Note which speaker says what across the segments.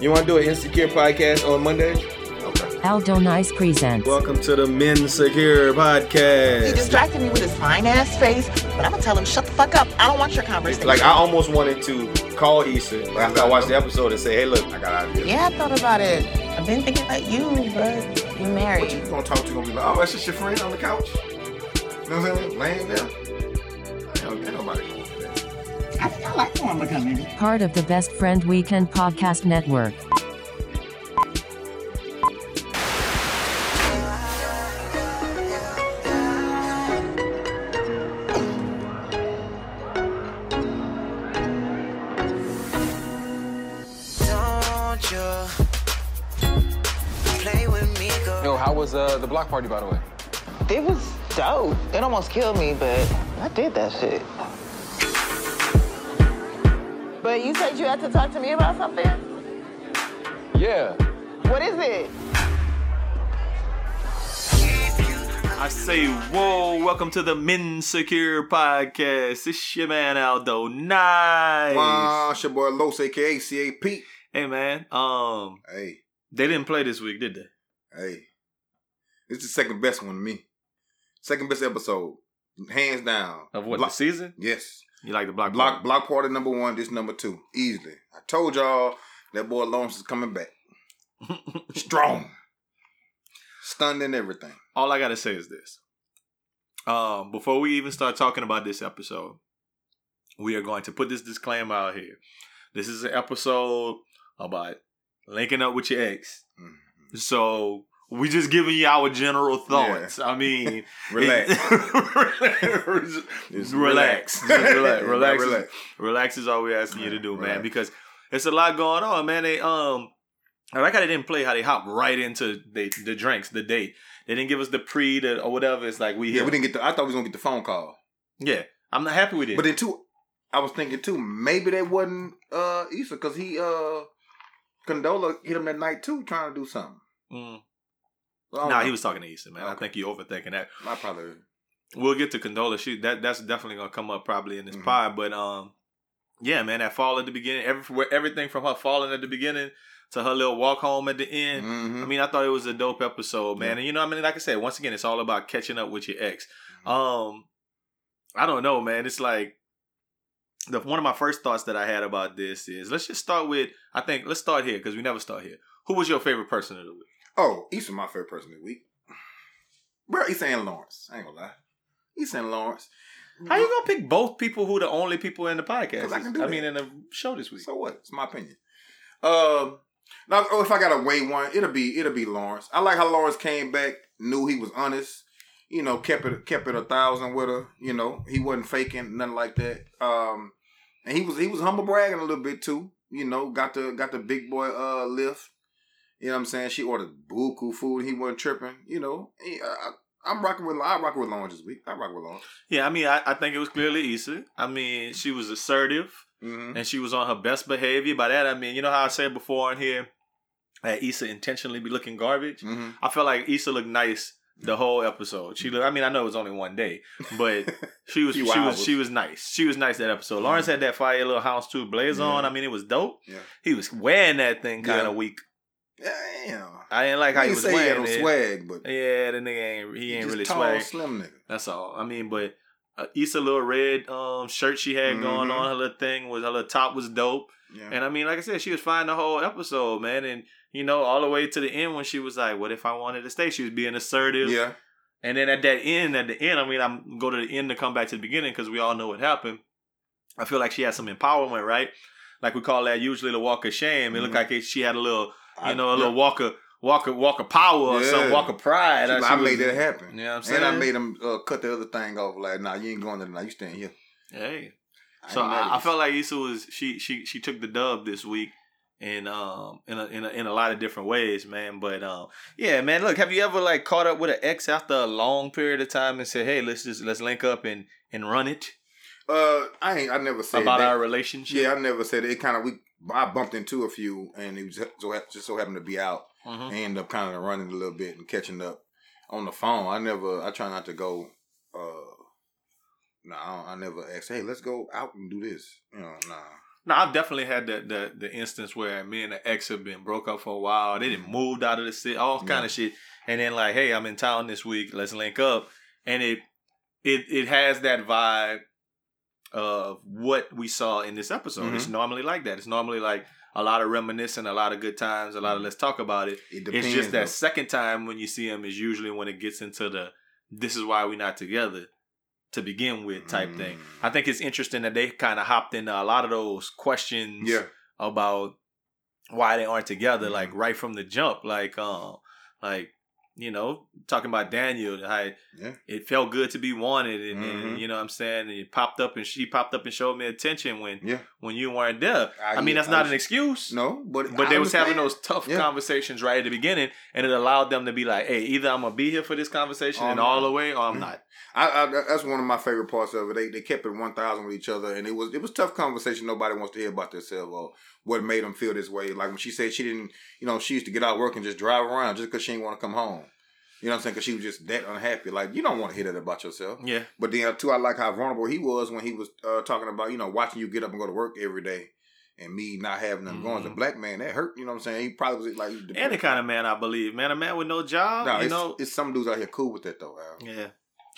Speaker 1: You want to do an insecure podcast on Monday?
Speaker 2: Aldo Nice presents.
Speaker 1: Welcome to the Men Secure
Speaker 3: He
Speaker 1: Podcast.
Speaker 3: distracted me with his fine ass face, but I'm gonna tell him, shut the fuck up. I don't want your conversation.
Speaker 1: Like I almost wanted to call Issa after I watched the episode and say, "Hey, look,
Speaker 4: I got out of here.
Speaker 3: yeah, I thought about it. I've been thinking about you, but you're
Speaker 4: What you
Speaker 3: married.
Speaker 4: gonna talk to? You gonna be like, oh, that's just your friend on the couch. You know what I'm saying? Laying down. Ain't ain't nobody going for that.
Speaker 3: I think I like the one becoming.
Speaker 2: Part of the Best Friend Weekend Podcast Network.
Speaker 5: Don't you play with me, girl.
Speaker 6: Yo, how was uh, the block party, by the way?
Speaker 3: It was dope. It almost killed me, but I did that shit. But you said you had to talk to me about something?
Speaker 6: Yeah.
Speaker 3: What is it?
Speaker 7: I say, whoa, welcome to the Men Secure Podcast. It's your man Aldo. Nice.
Speaker 4: Wow, it's your boy Los, aka CAP.
Speaker 7: Hey man. Um
Speaker 4: Hey,
Speaker 7: they didn't play this week, did they?
Speaker 4: hey. This is the second best one to me. Second best episode. Hands down.
Speaker 7: Of what
Speaker 4: Block-
Speaker 7: the Oh. season?
Speaker 4: Yes.
Speaker 7: You like the block
Speaker 4: Block
Speaker 7: party?
Speaker 4: block party number one, this number two. Easily. I told y'all that boy Lawrence is coming back. Strong. Stunned and everything.
Speaker 7: All I gotta say is this. Um, before we even start talking about this episode, we are going to put this disclaimer out here. This is an episode about linking up with your ex.
Speaker 4: Mm-hmm.
Speaker 7: So we just giving you our general thoughts. I mean,
Speaker 4: Relax.
Speaker 7: relax.
Speaker 4: Just
Speaker 7: Just relax. Just relax.
Speaker 4: relax.
Speaker 7: Relax.
Speaker 4: Relax.
Speaker 7: Relax. Relax is all we're asking you to do,
Speaker 4: Relax.
Speaker 7: man, because it's a lot going on, man. They um I like how they didn't play how they hop right into the the drinks, the date. They didn't give us the pre the, or whatever. It's like we
Speaker 4: Yeah,
Speaker 7: here.
Speaker 4: we didn't get the I thought we was gonna get the phone call.
Speaker 7: Yeah. I'm not happy with it.
Speaker 4: But then too, I was thinking too, maybe that wasn't uh Issa because he uh Condola hit him that night too, trying to do something.
Speaker 7: Mm.
Speaker 4: So I
Speaker 7: No,
Speaker 4: don't know.
Speaker 7: he was talking to Easton, man. I
Speaker 4: Oh, Okay.
Speaker 7: think you overthinking that.
Speaker 4: I probably
Speaker 7: We'll get to Condola. She that that's definitely gonna come up probably in this
Speaker 4: Mhm.
Speaker 7: pod. But um yeah, man, that fall at the beginning, every, everything from her falling at the beginning to her little walk home at the end.
Speaker 4: Mhm.
Speaker 7: I mean, I thought it was a dope episode, man. And you know, I mean, like I said, once again, it's all about catching up with your ex. Um, I don't know, man. It's like the one of my first thoughts that I had about this is let's just start with I think let's start here because we never start here. Who was your favorite person of the week?
Speaker 4: Oh, Issa my favorite person this week. Bro, Issa and Lawrence. I ain't gonna lie. Issa and Lawrence.
Speaker 7: How you gonna pick both people who the only people in the podcast?
Speaker 4: 'Cause I can
Speaker 7: is?
Speaker 4: do that.
Speaker 7: mean, in the show this week.
Speaker 4: So what? It's my opinion. Um now oh, if I gotta weigh one, it'll be it'll be Lawrence. I like how Lawrence came back, knew he was honest, you know, kept it kept it a thousand with her, you know. He wasn't faking, nothing like that. Um and he was he was humble bragging a little bit too. You know, got the got the big boy uh lift. You know what I'm saying? She ordered buku food. He wasn't tripping. You know, He- I, am rocking with I rock with Lawrence this week. I rock with Lawrence.
Speaker 7: yeah, I mean, I, I think it was clearly Issa. I mean, she was assertive.
Speaker 4: Mm-hmm.
Speaker 7: and she was on her best behavior. By that I mean, you know how I said before on here that Issa intentionally be looking garbage.
Speaker 4: Mhm.
Speaker 7: I felt like Issa looked nice the whole episode. She looked. I mean, I know it was only one day, but she was
Speaker 4: Few
Speaker 7: she
Speaker 4: hours.
Speaker 7: was she was nice. She was nice that episode. Lawrence had that fire little house too blaze on. I mean, it was dope.
Speaker 4: Yeah.
Speaker 7: He was wearing that thing kind
Speaker 4: Yeah.
Speaker 7: of weak.
Speaker 4: Damn.
Speaker 7: I didn't like how
Speaker 4: I
Speaker 7: he
Speaker 4: you
Speaker 7: was
Speaker 4: say he had
Speaker 7: wearing
Speaker 4: no
Speaker 7: it.
Speaker 4: swag, but
Speaker 7: Yeah, the nigga ain't he ain't
Speaker 4: just
Speaker 7: really
Speaker 4: tall,
Speaker 7: swag.
Speaker 4: slim nigga.
Speaker 7: That's all. I mean, but uh, Issa little red um shirt she had going
Speaker 4: Mhm.
Speaker 7: on, her little thing was her little top was dope.
Speaker 4: Yeah.
Speaker 7: And I mean, like I said, she was fine the whole episode, man. And you know, all the way to the end when she was like, "What if I wanted to stay?" She was being assertive.
Speaker 4: yeah.
Speaker 7: And then at that end, at the end, I mean, I'm go to the end to come back to the beginning because we all know what happened. I feel like she had some empowerment, right? Like we call that usually the walk of shame. It looked like it, she had a little,
Speaker 4: Mm-hmm. I-
Speaker 7: you know, a little walk of walk of walk of power or
Speaker 4: Yeah.
Speaker 7: some walk of pride.
Speaker 4: She like,
Speaker 7: She
Speaker 4: I
Speaker 7: was-
Speaker 4: made that happen.
Speaker 7: You know what I'm
Speaker 4: And I
Speaker 7: saying?
Speaker 4: made him uh, cut the other thing off. Like, nah, you ain't going there tonight. You staying here.
Speaker 7: Hey,
Speaker 4: I
Speaker 7: So
Speaker 4: ain't mad at
Speaker 7: I, I
Speaker 4: you.
Speaker 7: felt like Issa was she she she took the dub this week, and um in a, in a, in a lot of different ways, man. But um yeah, man. Look, have you ever like caught up with an ex after a long period of time and said, hey, let's just let's link up and and run it
Speaker 4: Uh, I ain't. I never said
Speaker 7: about
Speaker 4: that.
Speaker 7: our relationship?
Speaker 4: Yeah, I never said it. it kind of we. I bumped into a few, and it was so hap- just so happened to be out.
Speaker 7: Mhm.
Speaker 4: I ended up kind of running a little bit and catching up on the phone. I never. I try not to go. uh No, nah, I, don't- I never asked. Hey, let's go out and do this. You know, nah.
Speaker 7: No, I've definitely had the, the the instance where me and the ex have been broke up for a while. They didn't moved out of the city, all kind of shit. And then like, hey, I'm in town this week. Let's link up. And it it it has that vibe of what we saw in this episode. It's normally like that. It's normally like a lot of reminiscing, a lot of good times, a lot of let's talk about it.
Speaker 4: It depends.
Speaker 7: it's just that
Speaker 4: though.
Speaker 7: second time when you see him is usually when it gets into the this is why we're not together to begin with type thing.
Speaker 4: Mm.
Speaker 7: I think it's interesting that they kind of hopped into a lot of those questions
Speaker 4: Yeah.
Speaker 7: about why they aren't together,
Speaker 4: Mhm.
Speaker 7: like right from the jump, like um, like you know, talking about Daniel, how
Speaker 4: Yeah.
Speaker 7: it felt good to be wanted, and, and
Speaker 4: Mhm.
Speaker 7: you know what I'm saying, and it popped up and she popped up and showed me attention when
Speaker 4: Yeah.
Speaker 7: when you weren't there.
Speaker 4: I
Speaker 7: I, mean,
Speaker 4: get-
Speaker 7: that's
Speaker 4: I
Speaker 7: not
Speaker 4: was-
Speaker 7: an excuse.
Speaker 4: No, but
Speaker 7: But
Speaker 4: I
Speaker 7: they was having
Speaker 4: understand.
Speaker 7: those tough
Speaker 4: Yeah.
Speaker 7: conversations right at the beginning, and it allowed them to be like, "Hey, either I'm gonna be here for this conversation
Speaker 4: Or
Speaker 7: and
Speaker 4: I'm
Speaker 7: all
Speaker 4: not.
Speaker 7: the way, or I'm not."
Speaker 4: I, I, that's one of my favorite parts of it. They they kept it one thousand with each other, and it was it was tough conversation. Nobody wants to hear about themselves or what made them feel this way. Like when she said she didn't, you know, she used to get out of work and just drive around just because she didn't want to come home. You know what I'm saying? Because she was just that unhappy. Like you don't want to hear that about yourself.
Speaker 7: Yeah,
Speaker 4: But then too, I like how vulnerable he was when he was uh, talking about you know watching you get up and go to work every day, and me not having them going. As a
Speaker 7: Mhm.
Speaker 4: black man, that hurt. You know what I'm saying? He probably was like
Speaker 7: any kind of man, I believe, man, a man with no job,
Speaker 4: No,
Speaker 7: you
Speaker 4: it's,
Speaker 7: know,
Speaker 4: it's some dudes out here cool with that though. Al.
Speaker 7: yeah.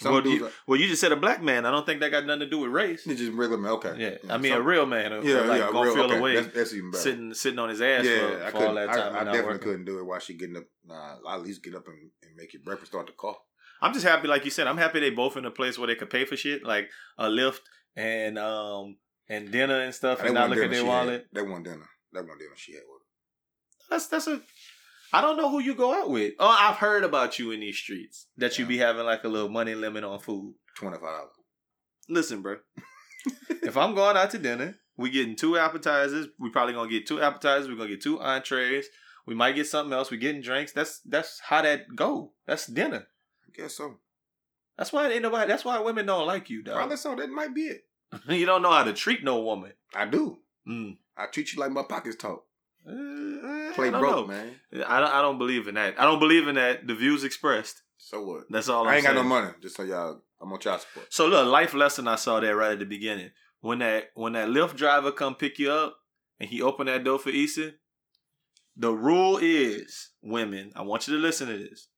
Speaker 4: Some
Speaker 7: well,
Speaker 4: dudes
Speaker 7: you,
Speaker 4: are-
Speaker 7: well, you just said a black man. I don't think that got nothing to do with race.
Speaker 4: It's just regular man. Okay.
Speaker 7: Yeah, I mean
Speaker 4: some-
Speaker 7: a real man. uh, like, gonna feel
Speaker 4: okay.
Speaker 7: away
Speaker 4: That's, that's even better.
Speaker 7: sitting sitting on his ass
Speaker 4: yeah, I
Speaker 7: for, for all
Speaker 4: couldn't.
Speaker 7: that
Speaker 4: I,
Speaker 7: time.
Speaker 4: I
Speaker 7: and not
Speaker 4: definitely
Speaker 7: working.
Speaker 4: couldn't do it while she getting up. Nah, I'll at least get up and, and make your breakfast. Start the car.
Speaker 7: I'm just happy, like you said, I'm happy they both in a place where they could pay for shit, like a lift and um and dinner and stuff, and not look at their wallet.
Speaker 4: That one dinner. That one dinner she had with. her.
Speaker 7: That's that's a. I don't know who you go out with. Oh, I've heard about you in these streets that you be having like a little money limit on food.
Speaker 4: Twenty five dollars.
Speaker 7: Listen, bro. if I'm going out to dinner, we getting two appetizers. We probably gonna get two appetizers. We're gonna get two entrees. We might get something else. We getting drinks. That's that's how that go. That's dinner.
Speaker 4: I guess so.
Speaker 7: That's why ain't nobody. That's why women don't like you, dog.
Speaker 4: Probably so. That might be it.
Speaker 7: you don't know how to treat no woman.
Speaker 4: I do.
Speaker 7: Mm.
Speaker 4: I treat you like my pockets talk.
Speaker 7: Uh,
Speaker 4: Play
Speaker 7: I don't know.
Speaker 4: broke, man.
Speaker 7: I don't. I don't believe in that. I don't believe in that. The views expressed.
Speaker 4: So what?
Speaker 7: That's all.
Speaker 4: I
Speaker 7: I'm
Speaker 4: ain't got no
Speaker 7: saying.
Speaker 4: money. Just so y'all, I'm on child support.
Speaker 7: So look, life lesson I saw there right at the beginning. When that when that Lyft driver come pick you up and he opened that door for Issa, the rule is, women, I want you to listen to this.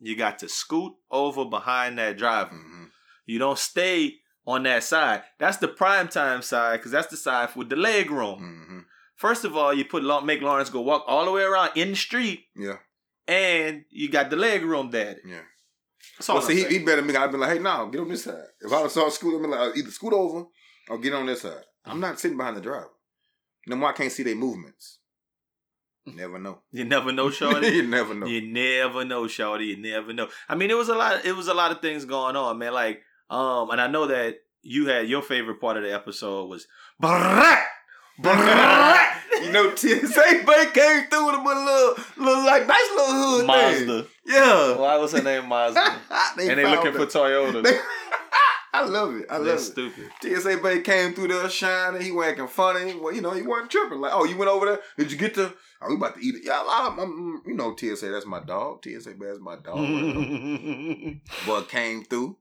Speaker 7: You got to scoot over behind that driver.
Speaker 4: Mhm.
Speaker 7: You don't stay on that side. That's the prime time side because that's the side with the leg room.
Speaker 4: Mhm.
Speaker 7: First of all, you put Law- make Lawrence go walk all the way around in the street,
Speaker 4: Yeah.
Speaker 7: and you got the leg room daddy.
Speaker 4: Yeah.
Speaker 7: That's all
Speaker 4: Well,
Speaker 7: I'm
Speaker 4: see, he,
Speaker 7: saying.
Speaker 4: he better me. I'd be like, hey, no, get on this side. If I saw scoot, I'd be like, either scoot over or get on this side. I'm not sitting behind the driver. No more, I can't see their movements. Never know.
Speaker 7: you never know, Shorty.
Speaker 4: you never know.
Speaker 7: You never know, Shorty. You never know. I mean, it was a lot. It was a lot of things going on, man. Like, um, and I know that you had your favorite part of the episode was Brat! Brat!
Speaker 4: you know, TSA bank came through with a little, little like nice little hood thing.
Speaker 7: Mazda.
Speaker 4: Yeah.
Speaker 7: Why was her name Mazda? and they
Speaker 4: found
Speaker 7: looking for
Speaker 4: them.
Speaker 7: Toyota.
Speaker 4: I love it. I love
Speaker 7: That's
Speaker 4: it.
Speaker 7: stupid.
Speaker 4: TSA buddy came through there shining. He was acting funny. Well, you know, he wasn't tripping. Like, oh, you went over there? Did you get to? Are we about to eat it? Yeah, I'm, I'm- you know, TSA, that's my dog. TSA, that's my
Speaker 7: Mm-hmm.
Speaker 4: dog. Boy came through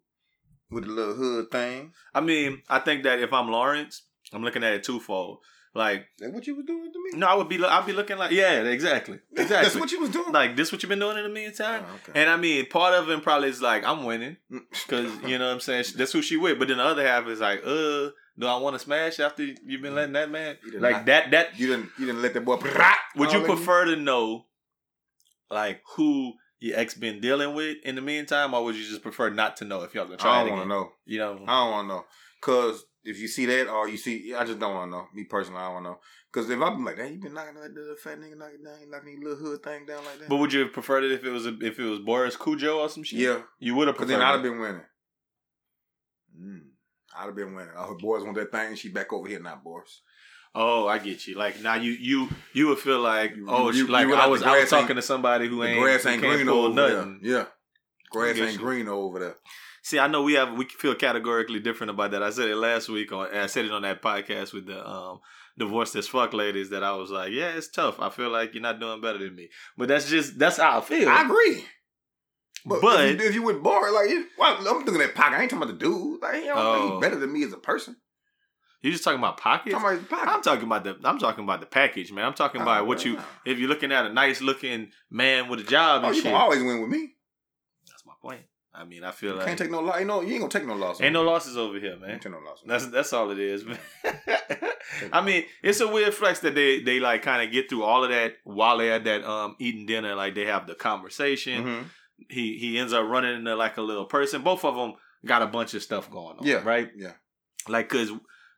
Speaker 4: with the little hood thing.
Speaker 7: I mean, I think that if I'm Lawrence, I'm looking at it twofold. Like,
Speaker 4: That what you was doing to me?
Speaker 7: no, I would be. lo- I'd be looking like, yeah, exactly, exactly.
Speaker 4: That's what you was doing.
Speaker 7: like this what you've been doing in the meantime
Speaker 4: Oh, okay.
Speaker 7: and i mean part of it probably is like i'm winning
Speaker 4: Mm.
Speaker 7: because you know what i'm saying that's who she with but then the other half is like uh do i want to smash after you've been letting that man
Speaker 4: You did
Speaker 7: like
Speaker 4: not.
Speaker 7: that that
Speaker 4: you didn't. You didn't let that boy. Oh,
Speaker 7: would
Speaker 4: all
Speaker 7: you
Speaker 4: in
Speaker 7: prefer to know like who your ex been dealing with in the meantime or would you just prefer not to know if y'all gonna try
Speaker 4: I
Speaker 7: it
Speaker 4: don't want to
Speaker 7: again?
Speaker 4: know.
Speaker 7: you know
Speaker 4: I don't want to know. Cause if you see that or you see, I just don't want to know. Me personally, I don't want to know. Cause if I'm like, hey, you been knocking that little fat nigga knocking down, knocking your little hood thing down like that.
Speaker 7: but would you have preferred it if it was a, if it was Boris Cujo or some shit?
Speaker 4: yeah.
Speaker 7: you would have
Speaker 4: Because
Speaker 7: preferred.
Speaker 4: then I'd have
Speaker 7: it.
Speaker 4: been winning. Mm, I'd have been winning. Oh, boys want that thing. She back over here now, boys.
Speaker 7: Oh, I get you. Like now, you you you would feel like
Speaker 4: You-
Speaker 7: oh,
Speaker 4: you-
Speaker 7: sh like
Speaker 4: you
Speaker 7: I
Speaker 4: like
Speaker 7: was
Speaker 4: the
Speaker 7: I was
Speaker 4: grass ain't-
Speaker 7: talking to somebody who
Speaker 4: The
Speaker 7: ain't
Speaker 4: grass
Speaker 7: who
Speaker 4: ain't
Speaker 7: can't
Speaker 4: green
Speaker 7: pull
Speaker 4: over
Speaker 7: nothing.
Speaker 4: there. Yeah. Grass
Speaker 7: get
Speaker 4: ain't
Speaker 7: you.
Speaker 4: green over there.
Speaker 7: See, I know we have we feel categorically different about that. I said it last week on I said it on that podcast with the um divorced as fuck ladies that I was like, yeah, it's tough. I feel like you're not doing better than me, but that's just that's how I feel.
Speaker 4: I agree. But,
Speaker 7: But-
Speaker 4: if, you, if you with Bart, like it, well, I'm looking at Pac. I ain't talking about the dude. Like he don't
Speaker 7: Oh.
Speaker 4: he's better than me as a person.
Speaker 7: You just talking about pockets.
Speaker 4: Talking about his pocket.
Speaker 7: I'm talking about the I'm talking about the package, man. I'm talking
Speaker 4: Oh,
Speaker 7: about what
Speaker 4: yeah.
Speaker 7: you if you're looking at a nice looking man with a job
Speaker 4: oh,
Speaker 7: and
Speaker 4: you
Speaker 7: shit.
Speaker 4: gonna always win with me.
Speaker 7: That's my point. I mean, I feel
Speaker 4: You
Speaker 7: like
Speaker 4: can't take no loss. Ain't no, you ain't gonna take no loss.
Speaker 7: ain't
Speaker 4: on
Speaker 7: no
Speaker 4: me.
Speaker 7: losses over here,
Speaker 4: You
Speaker 7: man.
Speaker 4: ain't take no loss. on me.
Speaker 7: That's that's all it is. man. I mean, it's a weird flex that they they like kind of get through all of that while they're at that um eating dinner. Like they have the conversation.
Speaker 4: Mhm.
Speaker 7: He he ends up running into like a little person. Both of them got a bunch of stuff going on.
Speaker 4: Yeah.
Speaker 7: right.
Speaker 4: Yeah.
Speaker 7: Like because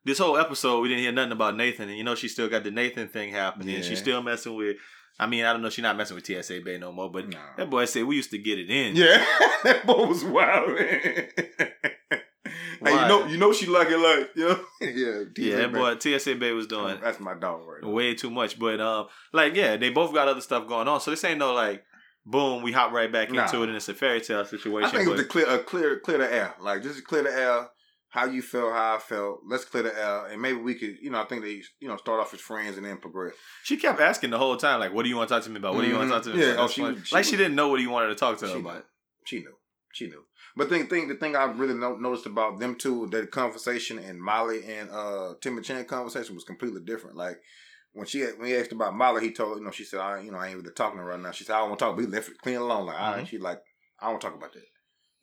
Speaker 7: this whole episode we didn't hear nothing about Nathan, and you know she still got the Nathan thing happening.
Speaker 4: Yeah.
Speaker 7: She's still messing with. I mean, I don't know. She's not messing with TSA Bay no more. But
Speaker 4: Nah.
Speaker 7: that boy said we used to get it in.
Speaker 4: Yeah, that boy was wild. hey, you
Speaker 7: Wild.
Speaker 4: know, you know she like it like you know. yeah,
Speaker 7: yeah. That boy TSA Bay was doing.
Speaker 4: That's my dog right. Now.
Speaker 7: way too much. But um, like yeah, they both got other stuff going on. So this ain't no like boom, we hop right back
Speaker 4: Nah.
Speaker 7: into it and it's a fairy tale situation.
Speaker 4: I think it was
Speaker 7: but
Speaker 4: to clear, uh, clear, clear the air. Like just clear the air. How you felt, how I felt. Let's clear the air, and maybe we could, you know, I think they, you know, start off as friends and then progress.
Speaker 7: she kept asking the whole time, like, what do you want to talk to me about? What do you want to
Speaker 4: Mhm.
Speaker 7: talk to me
Speaker 4: Yeah,
Speaker 7: about?
Speaker 4: oh, she
Speaker 7: Like,
Speaker 4: was-
Speaker 7: like
Speaker 4: she
Speaker 7: she
Speaker 4: was-
Speaker 7: didn't know what he wanted to talk to her
Speaker 4: She
Speaker 7: about.
Speaker 4: knew. She knew. She knew. But the thing, the thing I really no, noticed about them two, that conversation and Molly and uh Timmy Chan conversation was completely different. Like when she when he asked about Molly, he told you know she said I you know I ain't really talking to her right now. She said I don't want to talk. We left it clean alone. Like
Speaker 7: Mm-hmm.
Speaker 4: all right. she like I don't want to talk about that.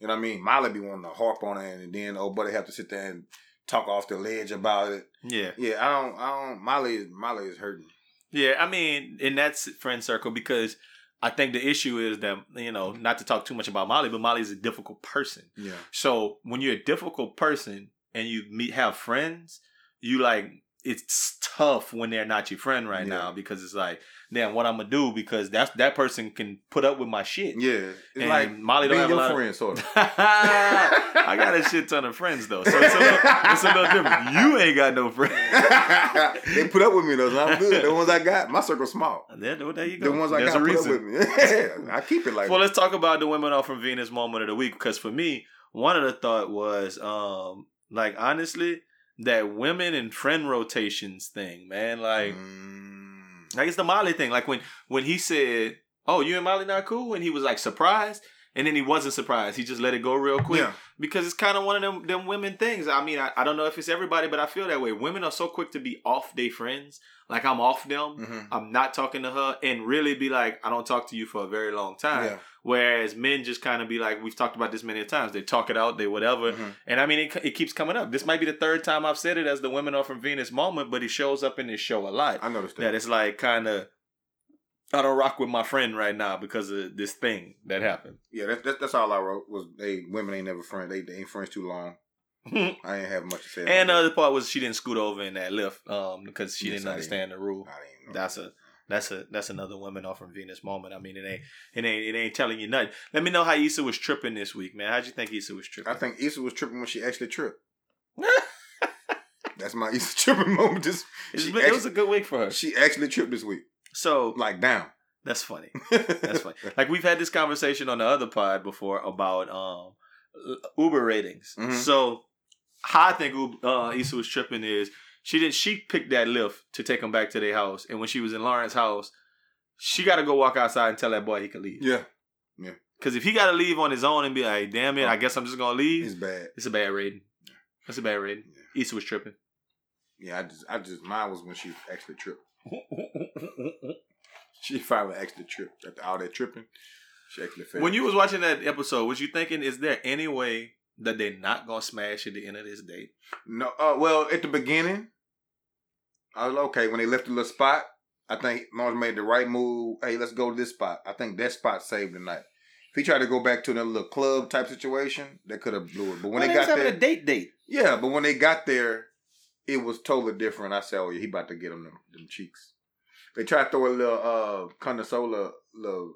Speaker 4: You know what I mean? Molly be wanting to harp on it, and then old buddy have to sit there and talk off the ledge about it.
Speaker 7: Yeah,
Speaker 4: Yeah, I don't. I don't. Molly is Molly is hurting.
Speaker 7: yeah. I mean, in that s- friend circle, because I think the issue is that you know, not to talk too much about Molly, but Molly's a difficult person.
Speaker 4: Yeah.
Speaker 7: So when you're a difficult person and you meet have friends, you like it's tough when they're not your friend right
Speaker 4: Yeah.
Speaker 7: now because it's like, damn, what I'm gonna do because that's that person can put up with my shit.
Speaker 4: Yeah. It's
Speaker 7: And
Speaker 4: like
Speaker 7: Molly don't
Speaker 4: being
Speaker 7: have a
Speaker 4: your
Speaker 7: lot of-
Speaker 4: friend, sort of.
Speaker 7: I got a shit ton of friends though, so it's a little, it's a little different. You ain't got no friends.
Speaker 4: they put up with me though, so I'm good. The ones I got, my circle's small.
Speaker 7: There, there you go.
Speaker 4: The ones I
Speaker 7: There's
Speaker 4: got
Speaker 7: a
Speaker 4: put up
Speaker 7: reason.
Speaker 4: with me. Yeah, I keep it like
Speaker 7: well, let's talk about the women off from Venus moment of the week because for me, one of the thought was um like honestly that women and friend rotations thing, man. Like
Speaker 4: Mm-hmm. Mm.
Speaker 7: like it's the Molly thing. Like when when he said, "Oh, you and Molly not cool," and he was like surprised, and then he wasn't surprised. He just let it go real quick
Speaker 4: Yeah.
Speaker 7: because it's kind of one of them them women things. I mean, I, I don't know if it's everybody, but I feel that way. Women are so quick to be off their friends. Like I'm off them.
Speaker 4: Mhm.
Speaker 7: I'm not talking to her, and really be like, I don't talk to you for a very long time.
Speaker 4: Yeah.
Speaker 7: Whereas men just kind of be like, we've talked about this many times. They talk it out, they whatever.
Speaker 4: Mhm.
Speaker 7: And I mean, it, it keeps coming up. This might be the third time I've said it as the women are from Venus moment, but it shows up in this show a lot
Speaker 4: I noticed that.
Speaker 7: that it's like kind of I don't rock with my friend right now because of this thing that happened.
Speaker 4: yeah, that's, that's that's all I wrote was they women ain't never friends. They, they ain't friends too long. I ain't have much to say. about
Speaker 7: and uh, the
Speaker 4: that.
Speaker 7: other part was she didn't scoot over in that lift um, because she
Speaker 4: Yes,
Speaker 7: didn't
Speaker 4: I
Speaker 7: understand the rule.
Speaker 4: I didn't know.
Speaker 7: That's a that's a that's another women off from Venus moment. I mean, it ain't it ain't it ain't telling you nothing. Let me know how Issa was tripping this week, man. How'd you think Issa was tripping?
Speaker 4: I think Issa was tripping when she actually tripped. that's my Issa tripping moment. This
Speaker 7: It's
Speaker 4: she,
Speaker 7: been- it was a
Speaker 4: actually,
Speaker 7: good week for her.
Speaker 4: she actually tripped this week,
Speaker 7: So
Speaker 4: like down.
Speaker 7: that's funny. That's funny. Like we've had this conversation on the other pod before about um Uber ratings.
Speaker 4: Mhm.
Speaker 7: So how I think Ub- uh, Issa was tripping is she did she picked that lift to take him back to their house, and when she was in Lawrence's house, she got to go walk outside and tell that boy he could leave.
Speaker 4: yeah,
Speaker 7: Because if he got to leave on his own and be like, "Damn
Speaker 4: Oh.
Speaker 7: it, I guess I'm just gonna leave,"
Speaker 4: it's bad.
Speaker 7: it's a bad rating. That's a bad rating. Issa was tripping.
Speaker 4: Yeah, I just, I just, mine was when she actually tripped. she finally actually tripped after all that tripping. She actually failed.
Speaker 7: When you was watching that episode, was you thinking, "Is there any way that they're not gonna smash at the end of this date?"
Speaker 4: no, uh, well, at the beginning, I was okay when they left the little spot. I think Mars made the right move. Hey, let's go to this spot. I think that spot saved the night. If he tried to go back to another little club type situation, that could have blew it. But
Speaker 7: Well,
Speaker 4: when they
Speaker 7: was
Speaker 4: got
Speaker 7: having
Speaker 4: there,
Speaker 7: a date date.
Speaker 4: yeah, but when they got there, it was totally different. I said, "Oh, yeah, he about to get him them, them cheeks." They tried to throw a little uh condosola little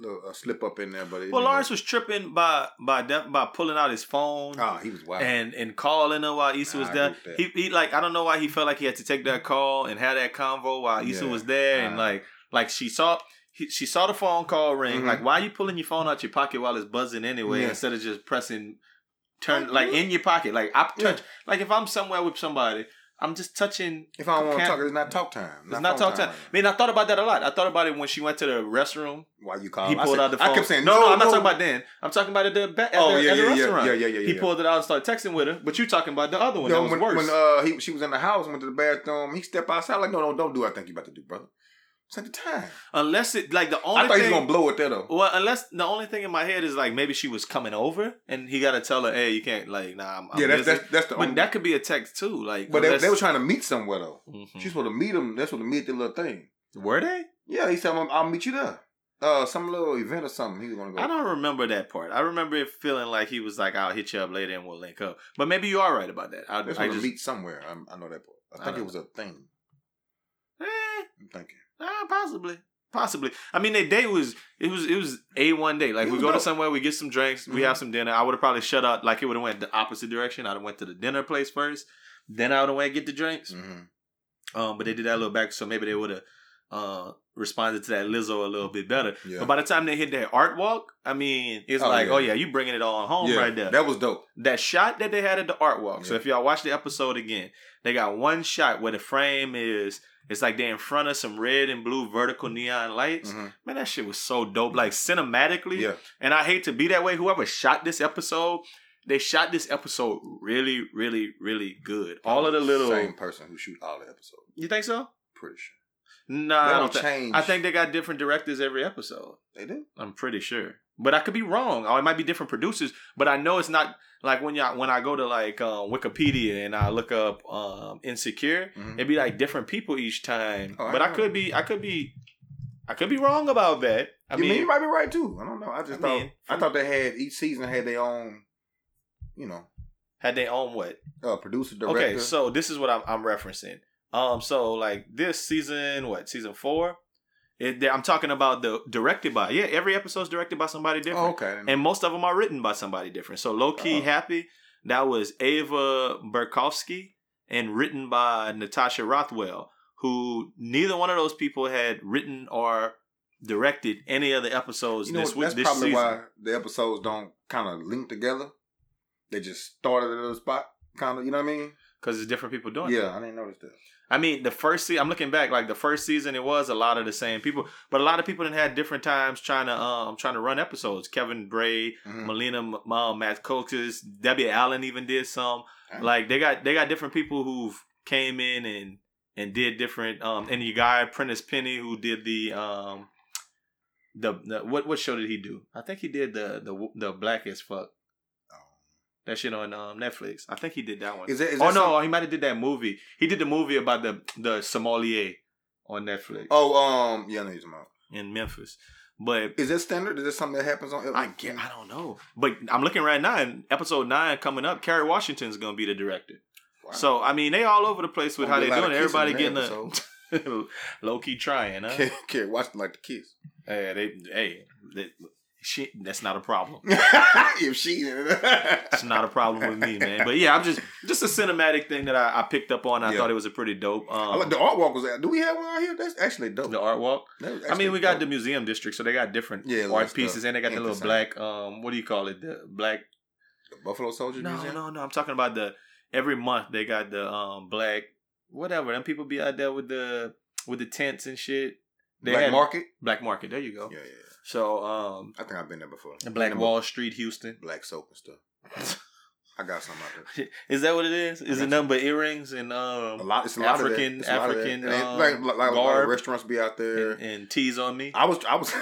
Speaker 4: little uh, slip up in there, but it
Speaker 7: Well,
Speaker 4: didn't
Speaker 7: Lawrence
Speaker 4: work.
Speaker 7: was tripping by by de- by pulling out his phone
Speaker 4: ah, he was wild.
Speaker 7: and and calling her while Issa
Speaker 4: Nah,
Speaker 7: was
Speaker 4: I
Speaker 7: there.
Speaker 4: agree with
Speaker 7: He,
Speaker 4: that.
Speaker 7: he like I don't know why he felt like he had to take that call and have that convo while Issa
Speaker 4: Yeah,
Speaker 7: was there, and
Speaker 4: nah.
Speaker 7: like like she saw. He, she saw the phone call ring.
Speaker 4: Mhm.
Speaker 7: Like, why you pulling your phone out your pocket while it's buzzing anyway,
Speaker 4: Yeah.
Speaker 7: instead of just pressing turn like in your pocket? Like I touch. Like if I'm somewhere with somebody, I'm just touching.
Speaker 4: If I don't want to
Speaker 7: can't-
Speaker 4: talk, it's not talk time.
Speaker 7: It's not
Speaker 4: phone
Speaker 7: talk time. Man, I thought about that a lot. I thought about it when she went to the restroom.
Speaker 4: Why you call?
Speaker 7: he
Speaker 4: him? Um, I
Speaker 7: pulled
Speaker 4: said-
Speaker 7: out the phone.
Speaker 4: I kept saying
Speaker 7: no, no, I'm not
Speaker 4: no.
Speaker 7: talking about then. I'm talking about at the ba- at,
Speaker 4: Oh,
Speaker 7: the,
Speaker 4: yeah,
Speaker 7: at the
Speaker 4: yeah, yeah,
Speaker 7: restaurant.
Speaker 4: yeah, yeah, yeah,
Speaker 7: He
Speaker 4: yeah.
Speaker 7: pulled it out and started texting with her. But you talking about the other one
Speaker 4: No,
Speaker 7: that was
Speaker 4: when,
Speaker 7: worse.
Speaker 4: when uh, he, she was in the house, went to the bathroom. He stepped outside like, no, no, don't do. what I think you about to do, brother. It's at the time.
Speaker 7: unless it like the only
Speaker 4: I thought he
Speaker 7: thing-
Speaker 4: was gonna blow it there though.
Speaker 7: Well, unless the only thing in my head is like maybe she was coming over and he got to tell her, hey, you can't like, nah, I'm, I'm
Speaker 4: yeah, that's,
Speaker 7: busy."
Speaker 4: that's that's the.
Speaker 7: but
Speaker 4: only,
Speaker 7: that could be a text too, like.
Speaker 4: but they,
Speaker 7: unless-
Speaker 4: they were trying to meet somewhere though.
Speaker 7: Mhm.
Speaker 4: She's supposed to meet him. That's supposed to meet the little thing.
Speaker 7: were they?
Speaker 4: Yeah, he said, "I'll- "I'll meet you there." Uh, some little event or something. He was gonna go.
Speaker 7: I don't remember that part. I remember it feeling like he was like, "I'll hit you up later and we'll link up." But maybe you are right about that. I,
Speaker 4: That's
Speaker 7: I
Speaker 4: supposed
Speaker 7: just,
Speaker 4: to meet somewhere. I, I know that part. I
Speaker 7: I
Speaker 4: think it
Speaker 7: don't
Speaker 4: was a thing.
Speaker 7: eh,
Speaker 4: I'm thinking.
Speaker 7: ah, possibly, possibly. I mean, their day was it was it was a one day. Like
Speaker 4: It
Speaker 7: we
Speaker 4: was
Speaker 7: go to
Speaker 4: dope. Mm-hmm.
Speaker 7: somewhere, we get some drinks, we have some dinner. I would have probably shut up. Like it would have went the opposite direction. I'd have went to the dinner place first, then I would have went get the drinks.
Speaker 4: Mm-hmm. Mm.
Speaker 7: Um, but they did that a little back, so maybe they would have uh responded to that Lizzo a little bit better.
Speaker 4: Yeah.
Speaker 7: But by the time they hit that art walk, I mean, it's
Speaker 4: Oh,
Speaker 7: like,
Speaker 4: yeah.
Speaker 7: oh yeah, you bringing it all home
Speaker 4: Yeah,
Speaker 7: right there. That,
Speaker 4: That was dope.
Speaker 7: shot that they had at the art walk. So
Speaker 4: Yeah.
Speaker 7: if y'all watch the episode again, they got one shot where the frame is. It's like they're in front of some red and blue vertical neon lights.
Speaker 4: Mhm.
Speaker 7: Man, that shit was so dope. Like cinematically,
Speaker 4: Yeah.
Speaker 7: and I hate to be that way. Whoever shot this episode, they shot this episode really, really, really good. All of the little.
Speaker 4: same person who shoot all the episodes.
Speaker 7: You think so?
Speaker 4: Pretty sure
Speaker 7: No, I
Speaker 4: That'll
Speaker 7: don't thi-
Speaker 4: change.
Speaker 7: I think they got different directors every episode.
Speaker 4: they do.
Speaker 7: I'm pretty sure, but I could be wrong. Or it might be different producers. But I know it's not like when y'all when I go to like um, Wikipedia and I look up um, Insecure,
Speaker 4: Mhm.
Speaker 7: it'd be like different people each time.
Speaker 4: Oh, I
Speaker 7: but I,
Speaker 4: know.
Speaker 7: could be, I could be, I could be wrong about that. I
Speaker 4: you mean,
Speaker 7: mean,
Speaker 4: you might be right too. I don't know. I just
Speaker 7: I
Speaker 4: thought
Speaker 7: mean,
Speaker 4: I thought they had each season had their own, you know,
Speaker 7: had they own what?
Speaker 4: uh, producer director.
Speaker 7: Okay, so this is what I'm, I'm referencing. Um, so like this season, what season four? It, I'm talking about the directed by. Yeah, every episode's directed by somebody different.
Speaker 4: oh, okay.
Speaker 7: and most of them are written by somebody different. So low key
Speaker 4: Oh.
Speaker 7: happy that was Ava Burkowski and written by Natasha Rothwell, who neither one of those people had written or directed any of the episodes
Speaker 4: you know,
Speaker 7: this
Speaker 4: what,
Speaker 7: week.
Speaker 4: that's
Speaker 7: This
Speaker 4: probably
Speaker 7: season.
Speaker 4: why the episodes don't kind of link together. They just started at a spot, kind of. You know what I mean?
Speaker 7: because it's different people doing. it.
Speaker 4: Yeah, I didn't notice that.
Speaker 7: I mean the first season. I'm looking back, like the first season, it was a lot of the same people, but a lot of people then had different times trying to um trying to run episodes. Kevin Bray,
Speaker 4: Mhm.
Speaker 7: Melina, M- Mom, Matt Cox's, Debbie Allen even did some.
Speaker 4: Damn.
Speaker 7: Like they got they got different people who've came in and and did different. Um, and you guy Prentice Penny who did the um the, the what what show did he do? I think he did the the the Black as Fuck. That shit on um, Netflix. I think he did that one.
Speaker 4: Um, Is that- is
Speaker 7: oh
Speaker 4: that
Speaker 7: no,
Speaker 4: some-
Speaker 7: he might have did that movie. He did the movie about the the sommelier on Netflix
Speaker 4: Oh, um, yeah, I know you're talking about.
Speaker 7: in Memphis. But
Speaker 4: Is that standard? Is that something that happens on?
Speaker 7: I get, I don't know, but I'm looking right now. And episode nine coming up, Kerry Washington's gonna be the director.
Speaker 4: Wow.
Speaker 7: So I mean, they all over the place with how
Speaker 4: Gonna be
Speaker 7: they
Speaker 4: a lot
Speaker 7: doing.
Speaker 4: of
Speaker 7: it.
Speaker 4: kissing
Speaker 7: Everybody
Speaker 4: in
Speaker 7: getting
Speaker 4: that
Speaker 7: a low key trying. Huh?
Speaker 4: Kid, kid watching like the kids.
Speaker 7: hey, they, hey, they, shit, that's not a problem.
Speaker 4: if she,
Speaker 7: It's not a problem with me, man. But yeah, I'm just just a cinematic thing that I, I picked up on. I
Speaker 4: Yeah.
Speaker 7: thought it was a pretty dope.
Speaker 4: I
Speaker 7: Um,
Speaker 4: like the art walk was. Do we have one out here? That's actually dope.
Speaker 7: the art walk.
Speaker 4: That was
Speaker 7: I
Speaker 4: actually
Speaker 7: mean, we got
Speaker 4: dope.
Speaker 7: the museum district, so they got different
Speaker 4: Yeah, little
Speaker 7: art
Speaker 4: stuff.
Speaker 7: pieces, and they got the
Speaker 4: Ain't the
Speaker 7: little
Speaker 4: same.
Speaker 7: black, um, what do you call it? The black
Speaker 4: The Buffalo Soldier
Speaker 7: No,
Speaker 4: Museum.
Speaker 7: no, no. I'm talking about the every month they got the um black whatever. Them people be out there with the with the tents and shit. They
Speaker 4: Black
Speaker 7: had-
Speaker 4: Market.
Speaker 7: Black market. There you go.
Speaker 4: Yeah, yeah, yeah.
Speaker 7: So um
Speaker 4: I think I've been there before.
Speaker 7: and Black
Speaker 4: Remember
Speaker 7: Wall Street, Houston.
Speaker 4: Black soap and stuff. I got some out there.
Speaker 7: Is that what it is? Is it number of earrings and um
Speaker 4: A lot. It's a lot
Speaker 7: African
Speaker 4: of that. It's a lot of that.
Speaker 7: African
Speaker 4: And they-
Speaker 7: um,
Speaker 4: like, like, like a lot of
Speaker 7: garb
Speaker 4: restaurants be out there.
Speaker 7: and, and tees on me?
Speaker 4: I was, I was,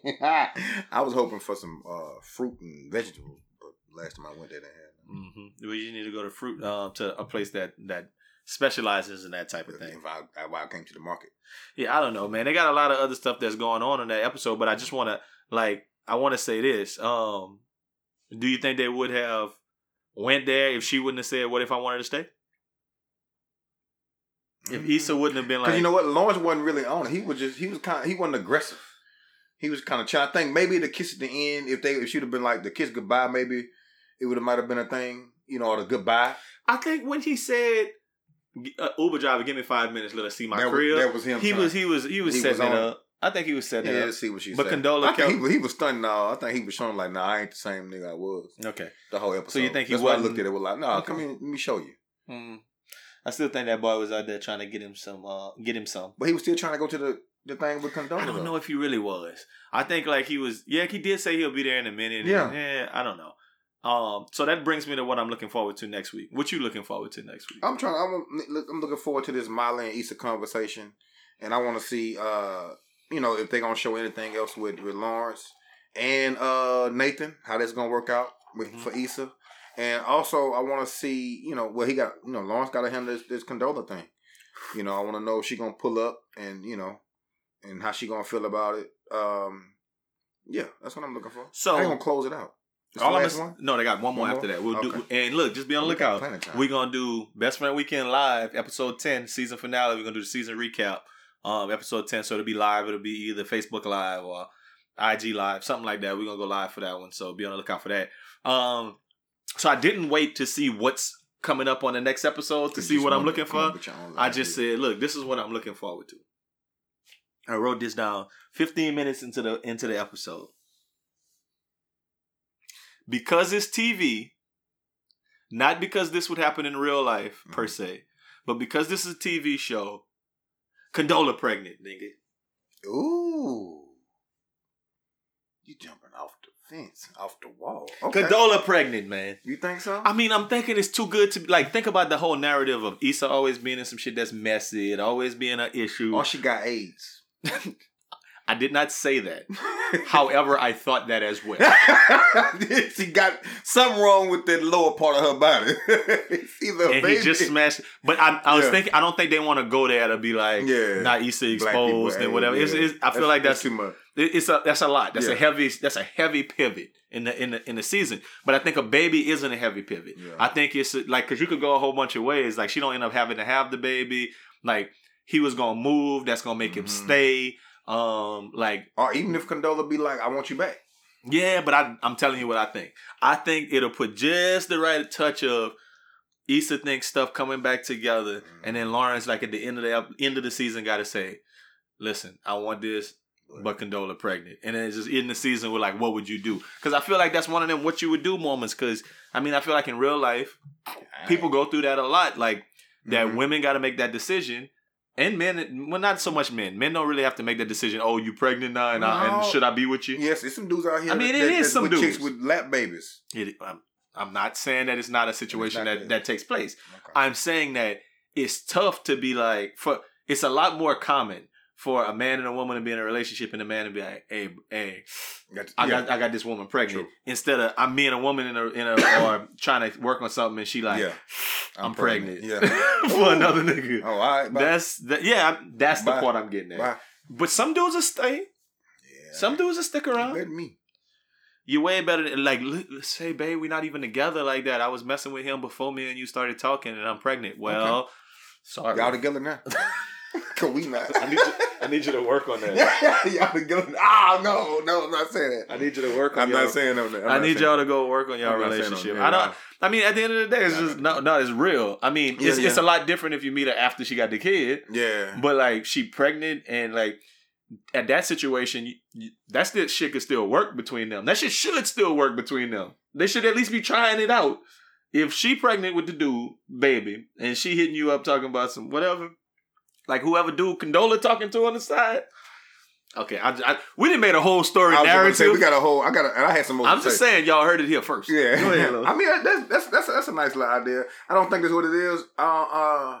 Speaker 4: I was hoping for some uh, fruit and vegetables, but last time I went there, they had.
Speaker 7: hmm Well, you need to go to fruit um to a place that that specializes in that type of thing.
Speaker 4: If I, if I came to the market,
Speaker 7: Yeah, I don't know, man. They got a lot of other stuff that's going on in that episode, but I just want to like I want to say this. Um do you think they would have went there if she wouldn't have said what if I wanted to stay? If Issa wouldn't have been like
Speaker 4: Because Mm-hmm. you know what, Lawrence wasn't really on it. He was just he was kind of, he wasn't aggressive. He was kind of trying. I think maybe the kiss at the end, if they if she'd have been like the kiss goodbye, maybe it would have might have been a thing, you know, or the goodbye.
Speaker 7: I think when he said uh, Uber driver give me 5 minutes let us see my
Speaker 4: That was-
Speaker 7: career.
Speaker 4: that was him
Speaker 7: He
Speaker 4: trying-
Speaker 7: was he was he was
Speaker 4: he
Speaker 7: setting
Speaker 4: was on
Speaker 7: it
Speaker 4: it.
Speaker 7: up. I think he was setting
Speaker 4: Yeah,
Speaker 7: it
Speaker 4: see what she
Speaker 7: But
Speaker 4: said.
Speaker 7: Condola
Speaker 4: I think he,
Speaker 7: kept-
Speaker 4: was- he was stunned. No, I think he was showing like, nah, I ain't the same nigga I was
Speaker 7: up. Okay.
Speaker 4: the whole episode.
Speaker 7: think he
Speaker 4: That's why I
Speaker 7: wasn't-
Speaker 4: looked at it was like, no, nah,
Speaker 7: Okay.
Speaker 4: come in, let me show you.
Speaker 7: Mm.
Speaker 8: I still think that boy was out there trying to get him some, uh, get him some.
Speaker 4: But he was still trying to go to the, the thing with Condola.
Speaker 7: I don't know if he really was. I think like he was. Yeah, he did say he'll be there in a minute. and-
Speaker 4: Yeah.
Speaker 7: eh, I don't know. Um, so that brings me to what I'm looking forward to next week. What you looking forward to next week?
Speaker 4: I'm trying. I'm look, I'm looking forward to this Miley and Issa conversation, and I want to see, uh, you know, if they're gonna show anything else with with Lawrence and uh Nathan, how that's gonna work out with for
Speaker 7: Mm-hmm.
Speaker 4: Issa, and also I want to see, you know, well he got, you know, Lawrence got to handle this, this condola thing. You know, I want to know if she gonna pull up and you know, and how she gonna feel about it. Um, yeah, that's what I'm looking for.
Speaker 7: So-
Speaker 4: I ain't gonna close it out. It's the
Speaker 7: All I'm
Speaker 4: last one.
Speaker 7: no, they got one more
Speaker 4: One
Speaker 7: after
Speaker 4: more?
Speaker 7: that. We'll do
Speaker 4: Okay.
Speaker 7: and look, just be on the
Speaker 4: We got
Speaker 7: lookout.
Speaker 4: plenty of time.
Speaker 7: We're gonna do Best Friend Weekend Live, episode ten, season finale. We're gonna do the season recap, um, episode ten. So it'll be live, it'll be either Facebook Live or IG Live, something like that. We're gonna go live for that one. So be on the lookout for that. Um so I didn't wait to see what's coming up on the next episode to see
Speaker 4: Just
Speaker 7: what I'm
Speaker 4: wanna
Speaker 7: looking
Speaker 4: come up
Speaker 7: for.
Speaker 4: with your own
Speaker 7: I
Speaker 4: idea.
Speaker 7: just said, look, this is what I'm looking forward to. I wrote this down 15 minutes into the into the episode. Because it's TV, not because this would happen in real life per se, but because this is a TV show, Condola pregnant, nigga.
Speaker 4: Ooh. You jumping off the fence, off the wall. Okay.
Speaker 7: Condola pregnant, man.
Speaker 4: You think so?
Speaker 7: I mean, I'm thinking it's too good to be like think about the whole narrative of Issa always being in some shit that's messy, it always being an issue.
Speaker 4: or Oh, she got AIDS.
Speaker 7: I did not say that. However, I thought that as well.
Speaker 4: she got something wrong with the lower part of her body. it's either a
Speaker 7: and
Speaker 4: baby.
Speaker 7: he just smashed. But I, I was
Speaker 4: Yeah.
Speaker 7: thinking, I don't think they want to go there to be like,
Speaker 4: Yeah.
Speaker 7: yeah, not Issa
Speaker 4: Black people,
Speaker 7: exposed
Speaker 4: AIDS,
Speaker 7: and whatever. It's,
Speaker 4: yeah.
Speaker 7: it's, I feel like that's
Speaker 4: too much.
Speaker 7: it- It's a that's a lot. That's
Speaker 4: Yeah.
Speaker 7: a heavy. That's a heavy pivot in the in the in the season. But I think a baby isn't a heavy pivot.
Speaker 4: Yeah.
Speaker 7: I think it's like because you could go a whole bunch of ways. Like she don't end up having to have the baby. Like he was gonna move. That's gonna make him
Speaker 4: Mhm.
Speaker 7: stay. Um, like
Speaker 4: Or even if Condola be like, I want you back.
Speaker 7: yeah, but I, I'm telling you what I think. I think it'll put just the right touch of Issa thinks stuff coming back together, and then Lawrence, like at the end of the ep- end of the season, got to say, "Listen, I want this, but Condola pregnant," and then it's just in the season we're like, "What would you do?" Because I feel like that's one of them "what you would do" moments. Because I mean, I feel like in real life, people go through that a lot. Like that,
Speaker 4: Mhm.
Speaker 7: women got to make that decision. And men, well, not so much men. Men don't really have to make that decision. Oh, you pregnant now, and, I, and
Speaker 4: No.
Speaker 7: should I be with you?
Speaker 4: Yes, there's some dudes out here.
Speaker 7: I mean, it
Speaker 4: that-
Speaker 7: is
Speaker 4: that's
Speaker 7: some
Speaker 4: with
Speaker 7: dudes.
Speaker 4: chicks with lap babies.
Speaker 7: It, I'm, I'm not saying that it's not a situation
Speaker 4: not
Speaker 7: that,
Speaker 4: good.
Speaker 7: that takes place.
Speaker 4: Okay.
Speaker 7: I'm saying that it's tough to be like for. It's a lot more common for a man and a woman to be in a relationship and a man to be like, hey, hey,
Speaker 4: Got-
Speaker 7: I
Speaker 4: yeah.
Speaker 7: got I got this woman pregnant.
Speaker 4: True.
Speaker 7: Instead of I'm me and a woman in a in a or trying to work on something and she like
Speaker 4: Yeah.
Speaker 7: I'm, pregnant,
Speaker 4: Yeah.
Speaker 7: for another nigga.
Speaker 4: Oh, all right. Bye.
Speaker 7: that's that, yeah. I- That's the
Speaker 4: Bye.
Speaker 7: part I'm getting at.
Speaker 4: Bye.
Speaker 7: But some dudes will stay. Some dudes will stick
Speaker 4: You
Speaker 7: around.
Speaker 4: better than me.
Speaker 7: You're way better than like l- let's say, babe, we're not even together like that. I was messing with him before me and you started talking, and I'm pregnant. Well, sorry,
Speaker 4: Y'all together now. Cause we not.
Speaker 7: I need you, I need you to work on that.
Speaker 4: y'all together. Ah, no, no, I'm not saying that.
Speaker 7: I need you to work on.
Speaker 4: I'm
Speaker 7: your,
Speaker 4: not saying that.
Speaker 7: I need y'all to go work on y'all
Speaker 4: I'm not saying
Speaker 7: relationship.
Speaker 4: no,
Speaker 7: I
Speaker 4: yeah,
Speaker 7: don't. I mean, at the end of the day, it's
Speaker 4: Nah,
Speaker 7: just
Speaker 4: nah,
Speaker 7: no, no, it's real. I mean,
Speaker 4: Yeah,
Speaker 7: it's it's
Speaker 4: yeah.
Speaker 7: a lot different if you meet her after she got the kid,
Speaker 4: Yeah.
Speaker 7: but like she pregnant and like at that situation, you, you, that's that shit could still work between them. That shit should still work between them. They should at least be trying it out. If she pregnant with the dude, baby, and she hitting you up talking about some whatever, like whoever dude Condola talking to on the side. Okay, I, I we didn't made a whole story
Speaker 4: I was gonna
Speaker 7: narrative.
Speaker 4: say we got a whole. I got. A, and I had some. More
Speaker 7: I'm
Speaker 4: to
Speaker 7: just
Speaker 4: say.
Speaker 7: saying, y'all heard it here first.
Speaker 4: Yeah.
Speaker 7: Go ahead, Lo.
Speaker 4: I mean, that's that's that's that's a nice little idea. I don't think that's what it is. Uh, uh, I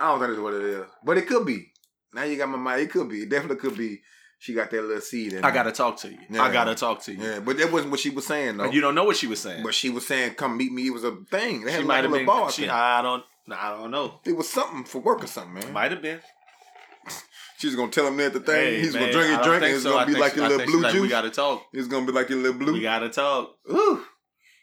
Speaker 4: don't think that's what it is, but it could be. Now you got my mind. It could be. It definitely could be. She got that little seed. In
Speaker 7: I
Speaker 4: her.
Speaker 7: gotta talk to you.
Speaker 4: Yeah.
Speaker 7: I gotta talk to you.
Speaker 4: Yeah, but that wasn't what she was saying though.
Speaker 7: And you don't know what she was saying.
Speaker 4: but she was saying, "Come meet me." It was a thing. They had
Speaker 7: she
Speaker 4: like
Speaker 7: might
Speaker 4: a
Speaker 7: have
Speaker 4: little
Speaker 7: been.
Speaker 4: Ball, I
Speaker 7: she,
Speaker 4: think.
Speaker 7: I don't. I don't know.
Speaker 4: it was something for work or something, man.
Speaker 7: Might have been.
Speaker 4: She's gonna tell him that the thing.
Speaker 7: Hey,
Speaker 4: He's
Speaker 7: man,
Speaker 4: gonna drink
Speaker 7: I
Speaker 4: it,
Speaker 7: don't
Speaker 4: drink it.
Speaker 7: think
Speaker 4: It's
Speaker 7: so. I
Speaker 4: gonna be
Speaker 7: think
Speaker 4: like
Speaker 7: she-
Speaker 4: your
Speaker 7: I
Speaker 4: little
Speaker 7: think
Speaker 4: blue
Speaker 7: she like,
Speaker 4: juice.
Speaker 7: We gotta talk.
Speaker 4: it's gonna be like your little blue.
Speaker 7: We gotta talk.
Speaker 4: Ooh,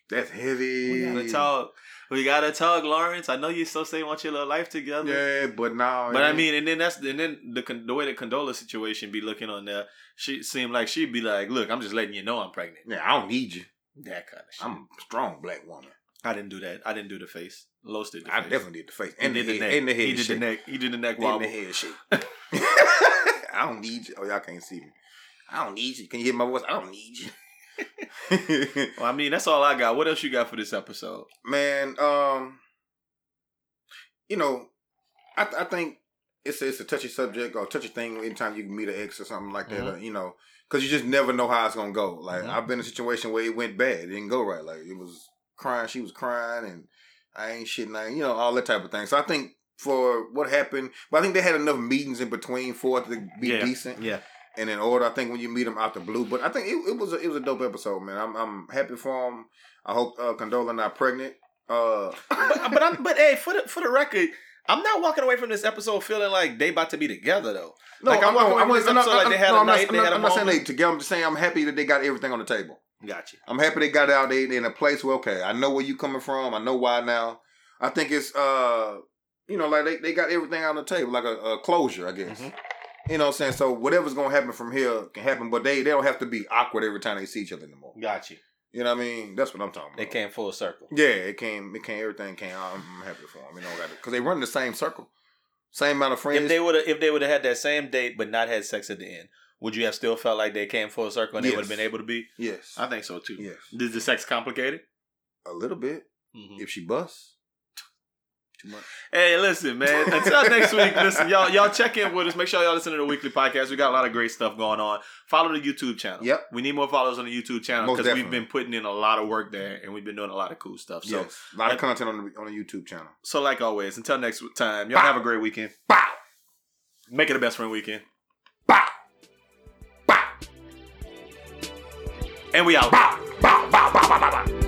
Speaker 4: that's heavy.
Speaker 7: We gotta talk. We gotta talk, Lawrence. I know you so say want your little life together.
Speaker 4: Yeah, but now.
Speaker 7: But I mean, and then that's and then the con- the way the Condola situation be looking on there, she seemed like she'd be like, "Look, I'm just letting you know I'm pregnant."
Speaker 4: yeah, I don't need you.
Speaker 7: That kind of shit.
Speaker 4: I'm a strong black woman.
Speaker 7: I didn't do that. I didn't do the face. Los did the
Speaker 4: I
Speaker 7: face.
Speaker 4: definitely did the face
Speaker 7: He
Speaker 4: and the,
Speaker 7: did the
Speaker 4: head,
Speaker 7: neck.
Speaker 4: and the head.
Speaker 7: He did the
Speaker 4: shake.
Speaker 7: neck. He did the neck
Speaker 4: And the
Speaker 7: wobble.
Speaker 4: head shake. I don't need you. Oh, y'all can't see me. I don't need you. Can you hear my voice? I don't need you.
Speaker 7: Well, I mean, that's all I got. What else you got for this episode?
Speaker 4: Man, um, you know, I, th- I think it's a, it's a touchy subject or touchy thing. Anytime you meet an ex or something like that, or, you know, because you just never know how it's gonna go. Like I've been in a situation where it went bad, it didn't go right. Like it was crying, she was crying, and I ain't shitting, I ain't, you know, all that type of thing. So I think for what happened, but I think they had enough meetings in between for it to be
Speaker 7: yeah.
Speaker 4: decent
Speaker 7: Yeah.
Speaker 4: and in order. I think when you meet him out the blue, but I think it, it was a, it was a dope episode, man. I'm I'm happy for him. I hope uh, Condola not pregnant. Uh,
Speaker 8: but but, I'm, but hey, for the for the record, I'm not walking away from this episode feeling like they about to be together though.
Speaker 4: no,
Speaker 8: like I'm
Speaker 4: no,
Speaker 8: walking away
Speaker 4: I'm
Speaker 8: from this
Speaker 4: not-
Speaker 8: episode like they had
Speaker 4: no,
Speaker 8: a
Speaker 4: I'm not-
Speaker 8: night,
Speaker 4: I'm
Speaker 8: they
Speaker 4: not-
Speaker 8: had a
Speaker 4: I'm not saying they
Speaker 8: moment.
Speaker 4: together. I'm just saying I'm happy that they got everything on the table.
Speaker 8: Gotcha.
Speaker 4: I'm happy they got out there in a place where okay, I know where you coming from. I know why now. I think it's uh, you know, like they, they got everything on the table, like a, a closure, I guess.
Speaker 8: Mm-hmm.
Speaker 4: You know what I'm saying? So whatever's gonna happen from here can happen, but they, they don't have to be awkward every time they see each other anymore.
Speaker 8: Gotcha.
Speaker 4: You know what I mean? That's what I'm talking about.
Speaker 8: They came full circle.
Speaker 4: Yeah, it came. It came. Everything came. out. I'm I'm happy for them. You know, because they run the same circle, same amount of friends.
Speaker 8: If they would have if they would have had that same date but not had sex at the end, would you have still felt like they came full circle and they
Speaker 4: Yes.
Speaker 8: would have been able to be?
Speaker 4: yes,
Speaker 7: I think so too.
Speaker 4: yes,
Speaker 7: Is the sex complicated?
Speaker 4: a little bit.
Speaker 8: Mm-hmm.
Speaker 4: If she busts, too much.
Speaker 7: Hey, listen, man. Until next week, listen, y'all, y'all check in with us. Make sure y'all listen to the weekly podcast. We got a lot of great stuff going on. Follow the YouTube channel.
Speaker 4: Yep.
Speaker 7: We need more followers on the YouTube channel
Speaker 4: Most
Speaker 7: because we've
Speaker 4: definitely.
Speaker 7: been putting in a lot of work there and we've been doing a lot of cool stuff. So,
Speaker 4: yes, a lot of content on the on the YouTube channel.
Speaker 7: so like always, until next time, y'all have a great weekend.
Speaker 4: Bow,
Speaker 7: Make it a best friend weekend.
Speaker 4: bow, bow,
Speaker 7: And we out.
Speaker 4: bow, bow, bow, bow, bow, bow.